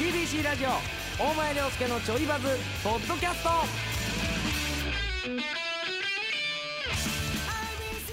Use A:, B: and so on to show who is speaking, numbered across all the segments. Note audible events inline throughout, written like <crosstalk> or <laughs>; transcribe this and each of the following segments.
A: ABC ラジオ大前涼介のちょいバズポッドキャスト
B: し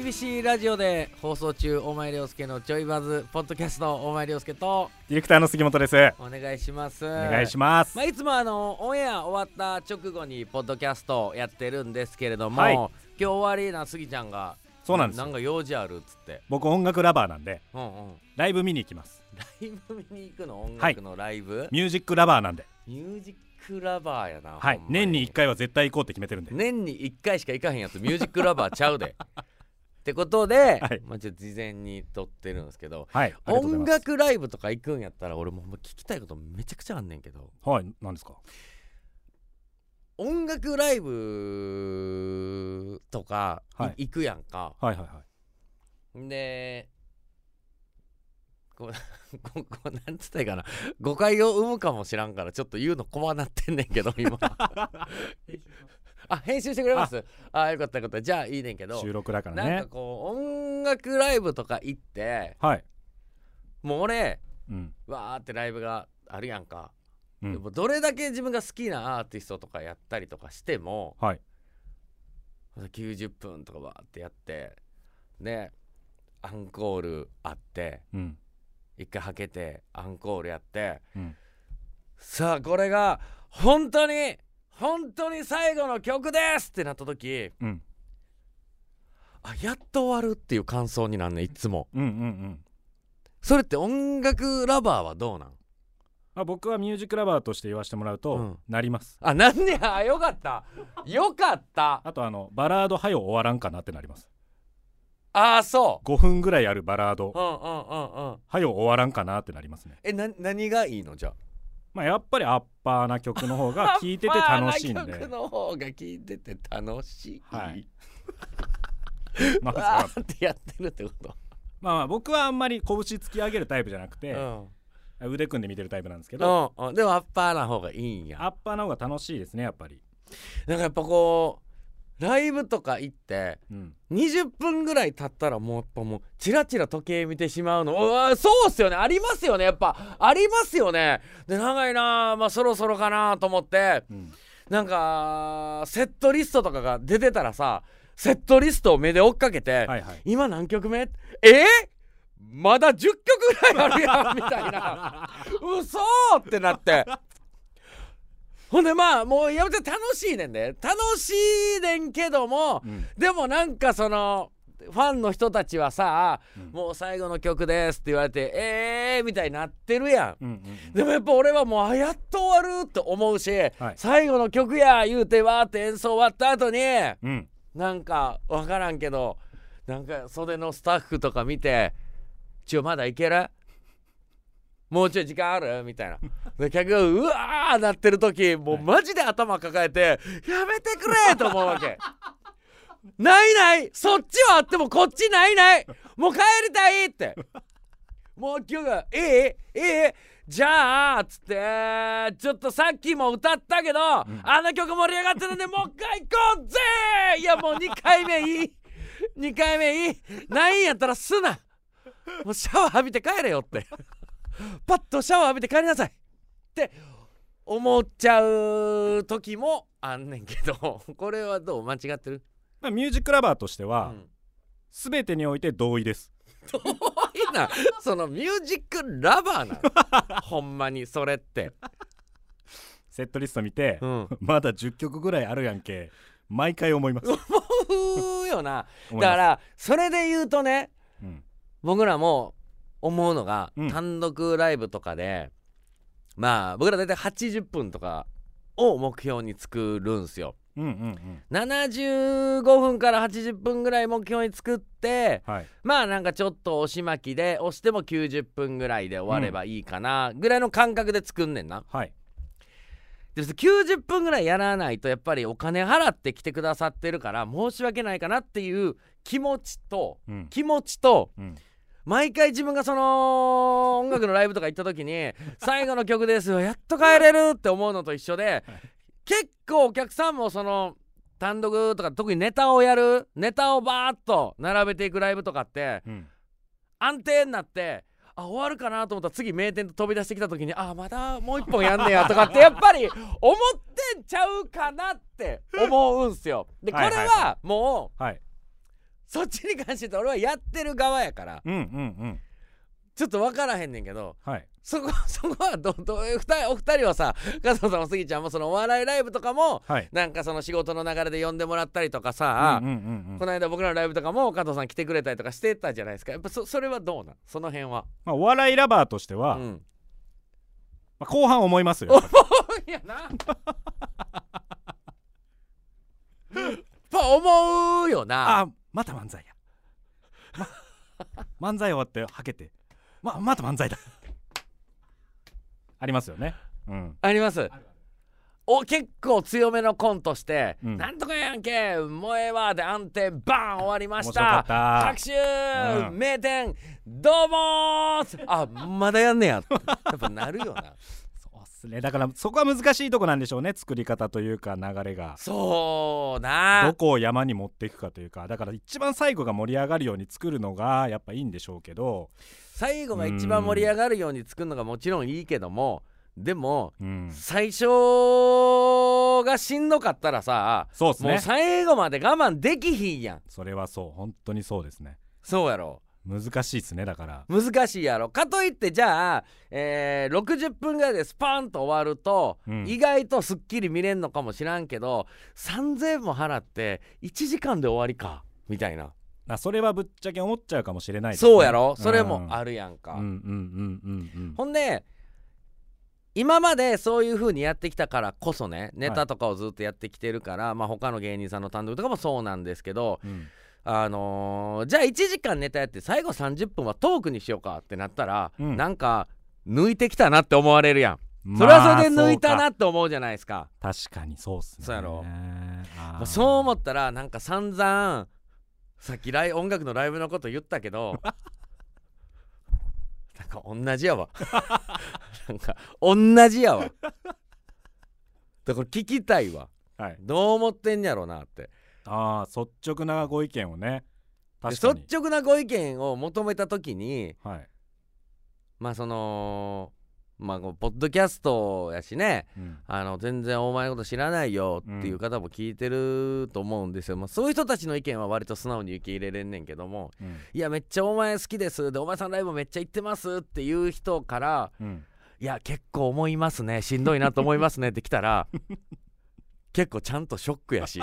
B: CBC ラジオで放送中大前涼介のちょいバズポッドキャスト大前涼介と
C: ディレクターの杉本です。お
B: お願いしますお
C: 願いし
B: ま
C: ます。
B: あ、いつもあのオンエア終わった直後にポッドキャストをやってるんですけれども、
C: はい
B: 今日終わりな杉ちゃんが
C: そうなんです
B: な
C: よ
B: んか用事あるっつって、
C: 僕音楽ラバーなんで
B: うんうん、 <laughs>
C: ライブ見に行きます。
B: ライブ見に行くの音楽のライブ、
C: ミュージックラバーなんで、
B: ミュージックラバーやな、
C: はい
B: ほん、ま
C: 年に1回は絶対行こうって決めてるんで。
B: 年に1回しか行かへんやつミュージックラ
C: <laughs>
B: バーちゃうでってことで、
C: はい
B: まあ、ちょっと事前に撮ってるんですけど
C: はい。ありがとうござい
B: 音
C: ます。
B: 楽ライブとか行くんやったら俺もうほんま聞きたいことめちゃくちゃあんねんけど
C: はい。なんですか。
B: 音楽ライブとかい、
C: はい
B: 行くやんか
C: はいはいは
B: でこうここうなんつったらいいかな誤解を生むかもしらんからちょっと言うの怖なってんねんけど今あ編集してくれますあよかったよかったじゃあいいねんけ
C: い。
B: ど、
C: 収録だから
B: なん
C: ね
B: か。こう音楽ライブとか行って
C: はい。
B: もう俺
C: うん。
B: わーってライブがあるやんか
C: うん
B: でもどれだけ自分が好きなアーティストとかやったりとかしても
C: はい。
B: 90分とかバーってやってでアンコールあって
C: うん。
B: 一回はけてアンコールやって
C: うん。
B: さあこれが本当に本当に最後の曲ですってなった時
C: うん。
B: あやっと終わるっていう感想になんねんいつも
C: うんうんうん。
B: それって音楽ラバーはどうなん
C: まあ僕はミュージックラバーとして言わせてもらうと、
B: うん
C: なります。
B: あなんであよかったよかった
C: あとあのバラードはよ終わらんかなってなります。
B: ああそ
C: 5分ぐらいあるバラード
B: ううんうんうんうん
C: はよ終わらんかなってなりますね。
B: えな何がいいのじゃあ
C: まあやっぱりアッパーな曲の方が聴いてて楽しいん
B: パーな曲
C: で。
B: の方が聞いてて楽しい、
C: <laughs> はい、
B: わ
C: なんか
B: ーってやってるってこと、
C: まあまあ僕はあんまり拳突き上げるタイプじゃなくて、
B: うん
C: 腕組んで見てるタイプなんですけど、
B: うんうん、でもアッパーな方がいいんや
C: アッパーの方が楽しいですねやっぱり、
B: なんかやっぱこうライブとか行って
C: うん、
B: 20分ぐらい経ったらもうやっぱもうチラチラ時計見てしまうのうわそうっすよねありますよねやっぱありますよねで長いなあまあそろそろかなと思って
C: うん
B: なんかセットリストとかが出てたらさセットリストを目で追っかけて、
C: はいはい
B: 今何曲目えー、まだ10曲ぐらいあるやんみたいな嘘ってなってほんでまあもうやめて楽しいねんで楽しいねんけども
C: うん
B: でもなんかそのファンの人たちはさ、
C: うん
B: もう最後の曲ですって言われてえーみたいになってるやん
C: うんうん
B: でもやっぱ俺はもうあやっと終わるって思うし、
C: はい
B: 最後の曲や言うてわーって演奏終わった後に
C: うん
B: なんか分からんけどなんか袖のスタッフとか見て「ちょまだいけるもうちょい時間ある?」みたいな。で客がうわーなってる時もうマジで頭抱えて「やめてくれ!」と思うわけ。ないないそっちはあってもこっちないないもう帰りたいってもう今日が「ええええじゃあ」っつってちょっとさっきも歌ったけど、あの曲盛り上がってるんでもう一回行こうぜいやもう2回目いい2回目いいないんやったらすなもうシャワー浴びて帰れよってパッとシャワー浴びて帰りなさいって思っちゃう時もあんねんけどこれはどう間違ってる
C: まあ、ミュージックラバーとしては、
B: うん
C: 全てにおいて同意です
B: いいなそのミュージックラバーなのほんまにそれって、
C: セットリスト見て、
B: うん、
C: まだ10曲ぐらいあるやんけ毎回思います
B: ふうよな
C: 思いま
B: だ
C: す
B: からそれで言うとね
C: うん
B: 僕らも思うのが、
C: うん
B: 単独ライブとかでまあ僕ら大体80分とかを目標に作るんすよ
C: うんうんうん
B: 75分から80分ぐらい目標に作って
C: はい
B: まあなんかちょっと押し巻きで押しても90分ぐらいで終わればいいかなぐらいの感覚で作んねんな、
C: はい
B: で90分ぐらいやらないとやっぱりお金払って来てくださってるから申し訳ないかなっていう気持ちと
C: うん
B: 気持ちと
C: うん
B: 毎回自分がその音楽のライブとか行った時
C: <laughs>
B: に「最後の曲ですよやっと帰れる!」って思うのと一緒で結構お客さんもその単独とか特にネタをやるネタをバーッと並べていくライブとかって
C: うん
B: 安定になってあ終わるかなと思ったら次名店と飛び出してきた時にあまだもう一本やんねやとかってやっぱり思ってんちゃうかなって思うんすよ。でこれ
C: はいはいは
B: はも
C: はい。
B: うそっちに関して俺はやってる側やから
C: うんうんうん。
B: ちょっと分からへんねんけど
C: はい。
B: そこ <laughs> そこはどどえ二人お二人はさ加藤さんも杉ちゃんもそのお笑いライブとかも
C: はい。
B: なんかその仕事の流れで呼んでもらったりとかさ、
C: うんうんうんうん
B: この間僕らのライブとかも加藤さん来てくれたりとかしてたじゃないですかやっぱそそれはどうなんその辺は。
C: まあ、お笑いラバーとしては、
B: う
C: ま
B: ん、 <laughs>
C: あ、後半思いますよ。
B: いやな <laughs> やっぱ思うよな
C: あまた漫才や、ま漫才終わってはけてままた漫才だありますよねうん
B: ありますお結構強めのコントして「
C: うん
B: なんとかやんけもうええわ」で暗転バーン終わりまし
C: 面白か
B: た
C: った
B: 拍手、
C: うん
B: 名店どうもーあまだやんね
C: <laughs>
B: やってやっぱなるよな
C: そうっすねだからそこは難しいとこなんでしょうね作り方というか流れが
B: そうな
C: どこを山に持っていくかというかだから一番最後が盛り上がるように作るのがやっぱいいんでしょうけど
B: 最後が一番盛り上がるように作るのがもちろんいいけどもでも
C: うん
B: 最初がしんどかったらさ
C: そうっす
B: もう
C: ね
B: 最後まで我慢できひんやん
C: それはそう本当にそうですね
B: そうやろ
C: 難しいっすねだから
B: 難しいやろかといってじゃあ、えー60分ぐらいでスパンと終わると、
C: うん
B: 意外とすっきり見れんのかもしらんけど3,000円も払って1時間で終わりかみたいな、
C: あそれはぶっちゃけ思っちゃうかもしれないですね、
B: そうやろそれも
C: る
B: あるやんか、
C: うんうんうんうんうん
B: ほんで今までそういう風にやってきたからこそねネタとかをずっとやってきてるから、まあ他の芸人さんの単独とかもそうなんですけど
C: うん
B: あのーじゃあ1時間ネタやって最後30分はトークにしようかってなったら、
C: うん
B: なんか抜いてきたなって思われるやんそれはそれで抜いた
C: まあ
B: なって思うじゃないですか,、
C: そうか確かにそうっすね
B: そうやろ
C: あー
B: まあそう思ったらなんか散々さっきライ音楽のライブのこと言ったけ
C: <laughs>
B: どなんか同じやわ <laughs> なんか同じやわだから聞きたいわ
C: はい、
B: どう思ってんやろうなって
C: あー率直なご意見をね
B: で
C: 確
B: 率
C: かに
B: 直なご意見を求めた時に
C: はい、
B: まあそのまあこうポッドキャストやしね
C: うん
B: あの全然お前のこと知らないよっていう方も聞いてると思うんですよ、まあ、そういう人たちの意見は割と素直に受け入れれんねんけども
C: うん
B: いやめっちゃお前好きですでお前さんライブめっちゃ行ってますっていう人から
C: うん、
B: いや結構思いますねしんどいなと思いますねって来た
C: <laughs>
B: ら結構ちゃんとショックやし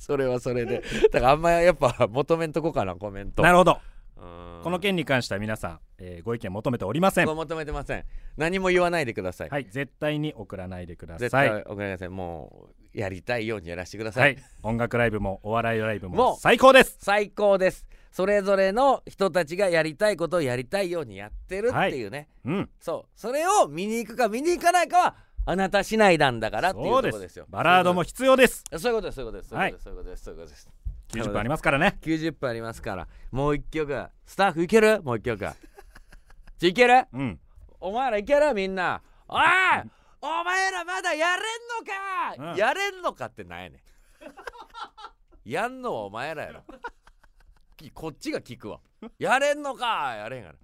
B: それはそれでだからあんまやっぱ求めんとこかなコメント
C: なるほど
B: うん
C: この件に関しては皆さん、えーご意見求めておりません
B: これ求めてません何も言わないでください、
C: はい絶対に送らないでくだ
B: 絶
C: さい
B: 対お金くださいもうやりたいようにやらせてくださ、
C: はいい音楽ライブもお笑いライブ
B: もう
C: も最高です
B: 最高ですそれぞれの人たちがやりたいことをやりたいようにやってるっていうね、
C: うん
B: そうそれを見に行くか見に行かないかはあなた次第なんだからっていうと
C: そう
B: こ
C: で
B: ろ
C: す
B: ですよ
C: バラードも必要です
B: そういうことですそういうことですそう
C: はいいう
B: ことですそういうことですそういうことです
C: 90分ありますからね
B: 90分ありますからもう一曲スタッフいけるもう一曲
C: <laughs>
B: ちょいける
C: うん
B: お前らいけるみんなおいお前らまだやれんのか、
C: うん
B: やれんのかってなんやねんやんのはお前らやろきこっちが聞くわやれんのかやれんやろ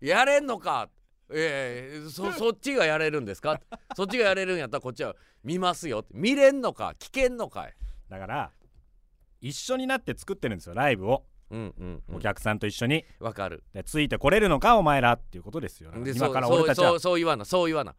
B: やれんのかええそそっちがやれるんですかそっちがやれるんやったらこっちは見ますよ見れんのか聞けんのかい
C: だから一緒になって作ってるんですよライブを
B: うんうんうん
C: お客さんと一緒に、
B: わかる
C: でついてこれるのかお前らっていうことですよ
B: で
C: 今から
B: そう
C: 俺たち
B: そうそ
C: は
B: うそう言わなそう言わな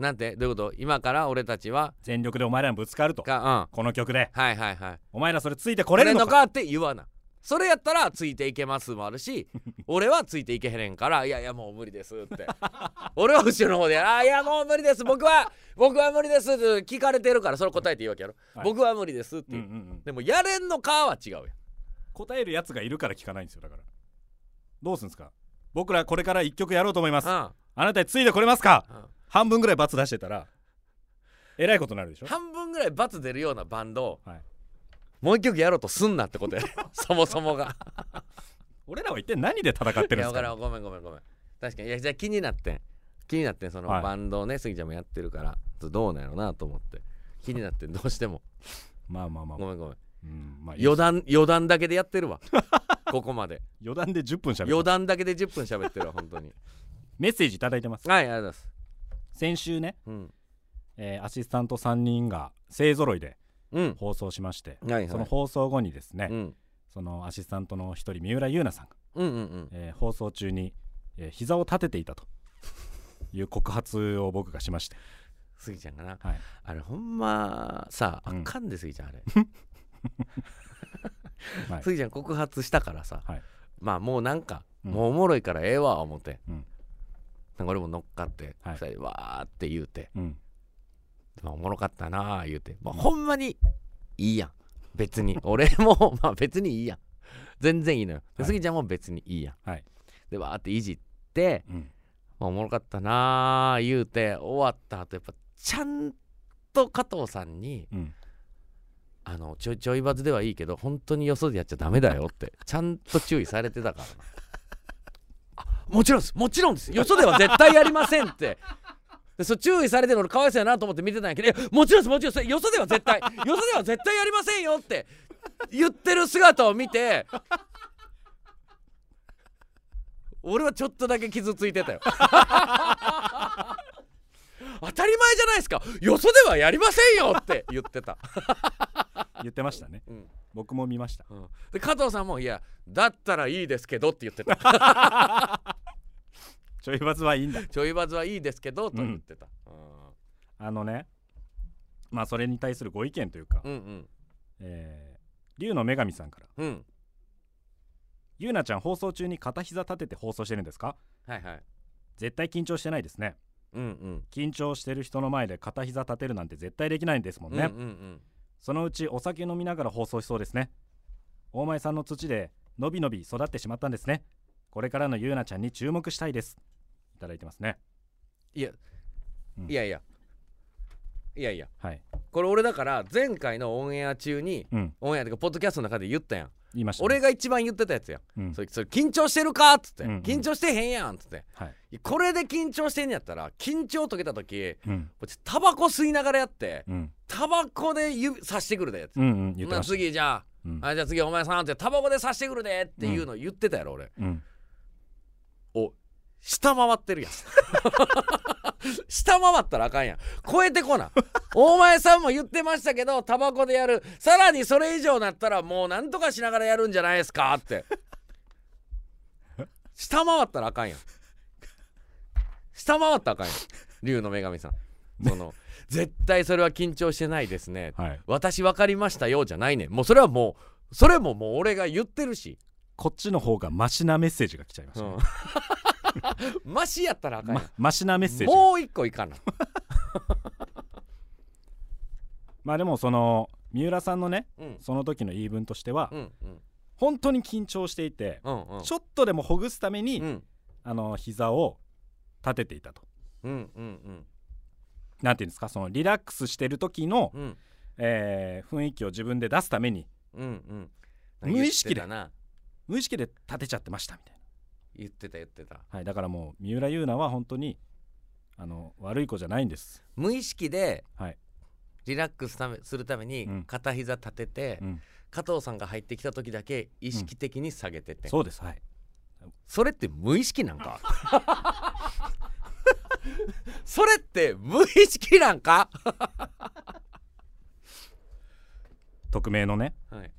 B: なんてどういうこと今から俺たちは
C: 全力でお前らにぶつかると
B: か
C: この曲で
B: うんはいはいはい
C: お前らそれついてこ
B: こ
C: れ
B: れ
C: る
B: の
C: の
B: か
C: か
B: って言わなそれやったらついていけますもある
C: <laughs>
B: し俺はついていけへんからいやいやもう無理ですって <laughs> 俺は後ろの方であーいやもう無理です僕は僕は無理ですって聞かれてるからそれ答えていいわけやろ、
C: はい
B: 僕は無理ですって
C: うん
B: いうう、
C: んうん、
B: でもやれんのかは違
C: <laughs>
B: うやん
C: 答えるやつがいるから聞かないんですよだからどうすんですか僕らこれから一曲やろうと思いますあ
B: あ
C: なたについてこれますか
B: ああ
C: 半分ぐらい罰出してたらえらいことになるでし
B: あ
C: ょ
B: 半分ぐらい罰出るようなバンドを、
C: はい
B: もう一曲やろうとすんなってこと
C: <laughs>
B: やねそもそもが
C: 俺らは一体何で戦って
B: い
C: る
B: や
C: んです
B: 分
C: か
B: からんごめんごめんごめん確かにいやじゃあ気になってん気になってんその
C: はい
B: バンドをね、杉ちゃんもやってるからどうなんやろうなと思って気になってんどうしても
C: <laughs> まあまあまあ、
B: ごめんごめん
C: うんまあいい <laughs>
B: 余談余談だけでやってるわここまで
C: 余談で10分しゃべ
B: 余談だけで10分喋ってるわ本当に
C: メッセージいただいてます
B: はいありがとうございます
C: 先週ね、
B: うん
C: えーアシスタント3人が勢ぞろいで
B: うん
C: 放送しまして、
B: はいはい
C: その放送後にですね、
B: うん
C: そのアシスタントの一人三浦優奈さんが、
B: うんうん
C: えー放送中に、えー膝を立ててい
B: <laughs>
C: たという告発を僕がしまして、
B: スギちゃんかな
C: はい、
B: あれほんまさあ
C: うん
B: かんでスギちゃんあれ
C: <laughs> はい
B: スギちゃん告発したからさ
C: はい
B: まあもうなんか
C: うん
B: もうおもろいからええわ思って
C: うん
B: なんか俺も乗っかって
C: はい
B: 二人でわーって言うて
C: うん、
B: まあおもろかったなあ言うてまあほんまにいいやん別
C: <laughs>
B: に俺もまあ別にいいやん全然いいのよ
C: はい
B: スギちゃんも別にいいやん
C: はい
B: でわーっていじって
C: うん、
B: まあ、おもろかったなあ言うて終わった後やっぱちゃんと加藤さんに
C: うん、
B: あのちょちょいバズではいいけど本当によそでやっちゃダメだよってちゃんと注意されてたからな <laughs> あもちろんですもちろんですよそでは絶対やりませんってでそう注意されてるの俺かわいそうやなと思って見てたんやけどいやもちろんですもちろんですよそでは絶対よそでは絶対やりませんよって言ってる姿を見て俺はちょっとだけ傷つい <laughs> てたよ当たり前じゃないですかよそではやりませんよって言ってた
C: 言ってましたね、
B: うん
C: 僕も見ました
B: うんで加藤さんも「いやだったらいいですけど」って言
C: <laughs>
B: ってた
C: ちょいバズはいいんだ
B: 「ちょいバズはいいですけど」と言ってた、うん
C: あのねまあそれに対するご意見というか、
B: うん、うん
C: えー、竜の女神さんから
B: うん
C: 「ゆうなちゃん放送中に片膝立てて放送してるんですか
B: はいはい
C: 絶対緊張してないですね
B: うんうん
C: 緊張してる人の前で片膝立てるなんて絶対できないんですもんね、
B: うんうんうん
C: そのうちお酒飲みながら放送しそうですね大前さんの土でのびのび育ってしまったんですねこれからのゆうなちゃんに注目したいですいただいてますね
B: いや、
C: うん
B: いやいやいやいや
C: はい
B: これ俺だから前回のオンエア中に
C: うん
B: オンエアというかポッドキャストの中で言ったやん
C: 言いましたね、
B: 俺が一番言ってたやつやん、
C: うん
B: それそれ緊張してるかっつって、
C: うんうん
B: 緊張してへんやんっつって
C: はい、
B: これで緊張してんやったら緊張解けた時
C: うん
B: こっちタバコ吸いながらやって
C: うん
B: タバコで指刺してくるでやつ
C: うんうん言って
B: まあ
C: ました、
B: 次じゃあ
C: うん
B: あじゃあ次お前さんってタバコで刺してくるでっていうの言ってたやろ俺、
C: うん
B: お下回ってるやん <laughs> 下回ったらあかんやん超えてこなお前さんも言ってましたけどタバコでやるさらにそれ以上なったらもうなんとかしながらやるんじゃないですかって下回ったらあかんやん下回ったらあかんやん竜の女神さんその <laughs> 絶対それは緊張してないですね
C: はい
B: 私分かりましたよじゃないねんもうそれはもうそれももう俺が言ってるし、
C: こっちの方がマシなメッセージが来ちゃいました、ね
B: マシやったらあかんやん
C: まマシなメッセージが
B: もう一個いかな
C: まあでもその三浦さんのね
B: うん
C: その時の言い分としては、
B: うんうん
C: 本当に緊張していて、
B: うんうん
C: ちょっとでもほぐすために、
B: うん
C: あの膝を立てていたと
B: うんうん
C: なんていうんですかそのリラックスしてる時の、
B: うんうん
C: えー雰囲気を自分で出すために
B: うんうん
C: 無意識
B: 言っ
C: で
B: てたな
C: 無意識で立てちゃってましたみたい
B: 言ってた言ってた
C: な、はい、だからもう三浦優奈は本当にあの悪い子じゃないんです、
B: 無意識で
C: はい
B: リラックスためするために
C: うん
B: 片膝立てて、
C: うん、
B: 加藤さんが入ってきた時だけ意識的に下げてて、
C: そうですはい
B: それって無意識なんか <laughs> それって無意識なんか
C: 匿名のね
B: はい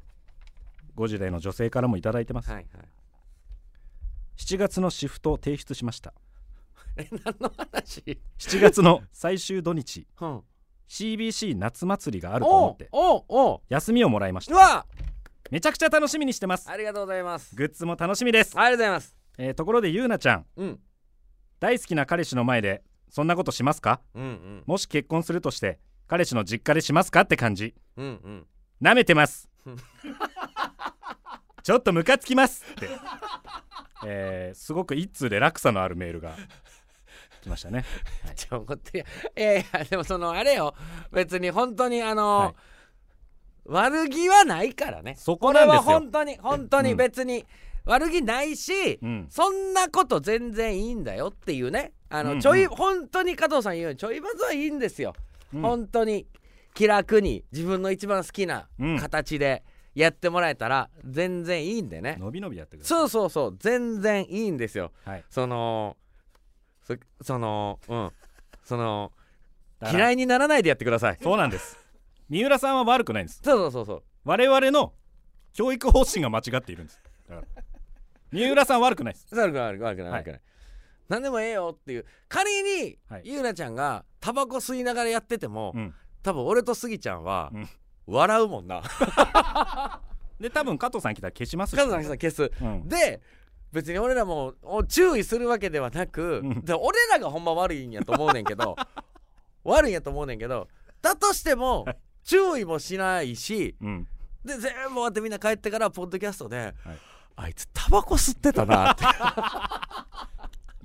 C: 50代の女性からもいただいてます、
B: はい
C: 7月のシフトを提出しました
B: え何の話
C: 7
B: <laughs>
C: 月の最終土日
B: うん
C: CBC 夏祭りがあると
B: お
C: 思
B: う
C: って
B: おうおう
C: 休みをもらいまし
B: う
C: た
B: わ
C: めちゃくちゃ楽しみにしてます
B: ありがとうございます
C: グッズも楽しみです、
B: ありがとうございます
C: えーところでゆうなちゃん
B: うん
C: 大好きな彼氏の前でそんなことしますか
B: うんうん
C: もし結婚するとして彼氏の実家でしますかって感じ
B: うんうん
C: なめてます
B: <laughs>
C: ちょっとムカつきますって、えーすごく一通で落差のあるメールが来ましたね
B: ちょ怒ってるやんいやいやでもそのあれよ別に本当にあ
C: は
B: の
C: い
B: 悪気はないからね
C: そこなんですよ
B: これは本当に本当
C: う
B: に
C: ん
B: 別に悪気ないし、
C: うん
B: そんなこと全然いいんだよっていうねあ
C: うんう
B: の
C: ん
B: ちょい、本当に加藤さん言うようにちょいバズはいいんですよ、
C: うん
B: 本当に気楽に自分の一番好きな
C: うん
B: 形でやってもらえたら全然いいんでね
C: のびのびやってくださ
B: そうそうそう全然いいんですよ
C: い、はい、
B: そのそそのうんその
C: だから
B: 嫌いにならないでやってください
C: そうなんです三浦さんは悪くないんです
B: そうそうそうそう
C: 我々の教育方針が間違っているんですだから三浦さんは悪くないです
B: 悪くない悪くない悪くない
C: はい
B: 悪くない何でもええよっていう仮に、
C: はい
B: ゆうなちゃんがタバコ吸いながらやってても、
C: うん
B: 多分俺とスギちゃんは、
C: うん
B: 笑うもんな
C: <laughs> で多分加藤さん来たら消しますし
B: 加藤さん消す
C: うん
B: で別に俺らもお注意するわけではなく、
C: うん
B: で俺らがほんま悪いんやと思うねんけ
C: <laughs>
B: ど悪いんやと思うねんけどだとしても
C: はい
B: 注意もしないし
C: うん
B: で全部終わってみんな帰ってからポッドキャストで、あいつタバコ吸ってたな
C: <laughs>
B: って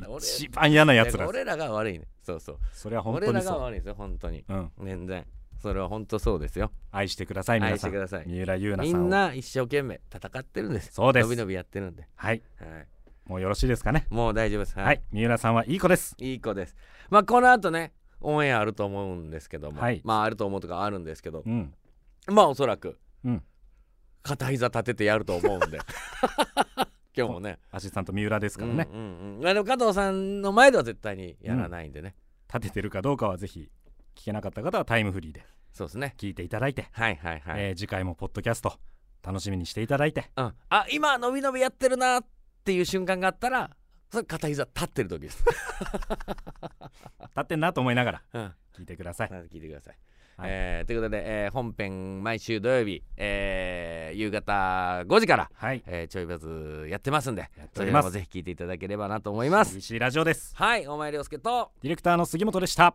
B: 俺
C: 一番嫌なやつらです
B: 俺らが悪いねそうそう
C: それは本
B: 俺
C: 当に
B: らが
C: そう、
B: 悪いですよ本当に
C: うん、
B: 全然それは本当そうですよ
C: 愛してください皆
B: 愛し
C: さ
B: てく
C: ん
B: ださい
C: 三浦優
B: み
C: 奈さんを
B: んな一生懸命戦ってるんです
C: そうで
B: のび
C: す
B: のびやってるんで、
C: はい
B: はい、
C: もうよろしいですかね
B: もう大丈夫です
C: はい、三浦さんはいい子です
B: いい子です。まあこの後ねオンエアあると思うんですけども、
C: はい
B: まああると思うとかあるんですけど、
C: うん
B: まあおそらく、
C: うん
B: 片膝立ててやると思
C: <laughs>
B: うんで今日もね
C: アシスタント三浦ですからね、
B: うんうんうんまあ、でも加藤さんの前では絶対にやらないんでね、
C: 立ててるかどうかはぜひ聞けなかった方はタイムフリーで
B: そうですね
C: 聞いていただいて、
B: はいはいはい、
C: えー次回もポッドキャスト楽しみにしていただいて
B: うん、あ今のびのびやってるなっていう瞬間があったらそれ片膝立ってる時です、
C: 立ってんなと思いながら
B: うん
C: 聞いてください
B: まず聞いてください。
C: はい
B: えーということで、えー本編毎週土曜日、えー夕方5時から、
C: はい
B: えーちょいバズやってますんで
C: やって
B: そ
C: お
B: れ
C: り
B: ら
C: ま
B: も
C: す
B: ぜひ聞いていただければなと思います。
C: CBC ラジオです
B: はい、お前涼介と
C: ディレクターの杉本でした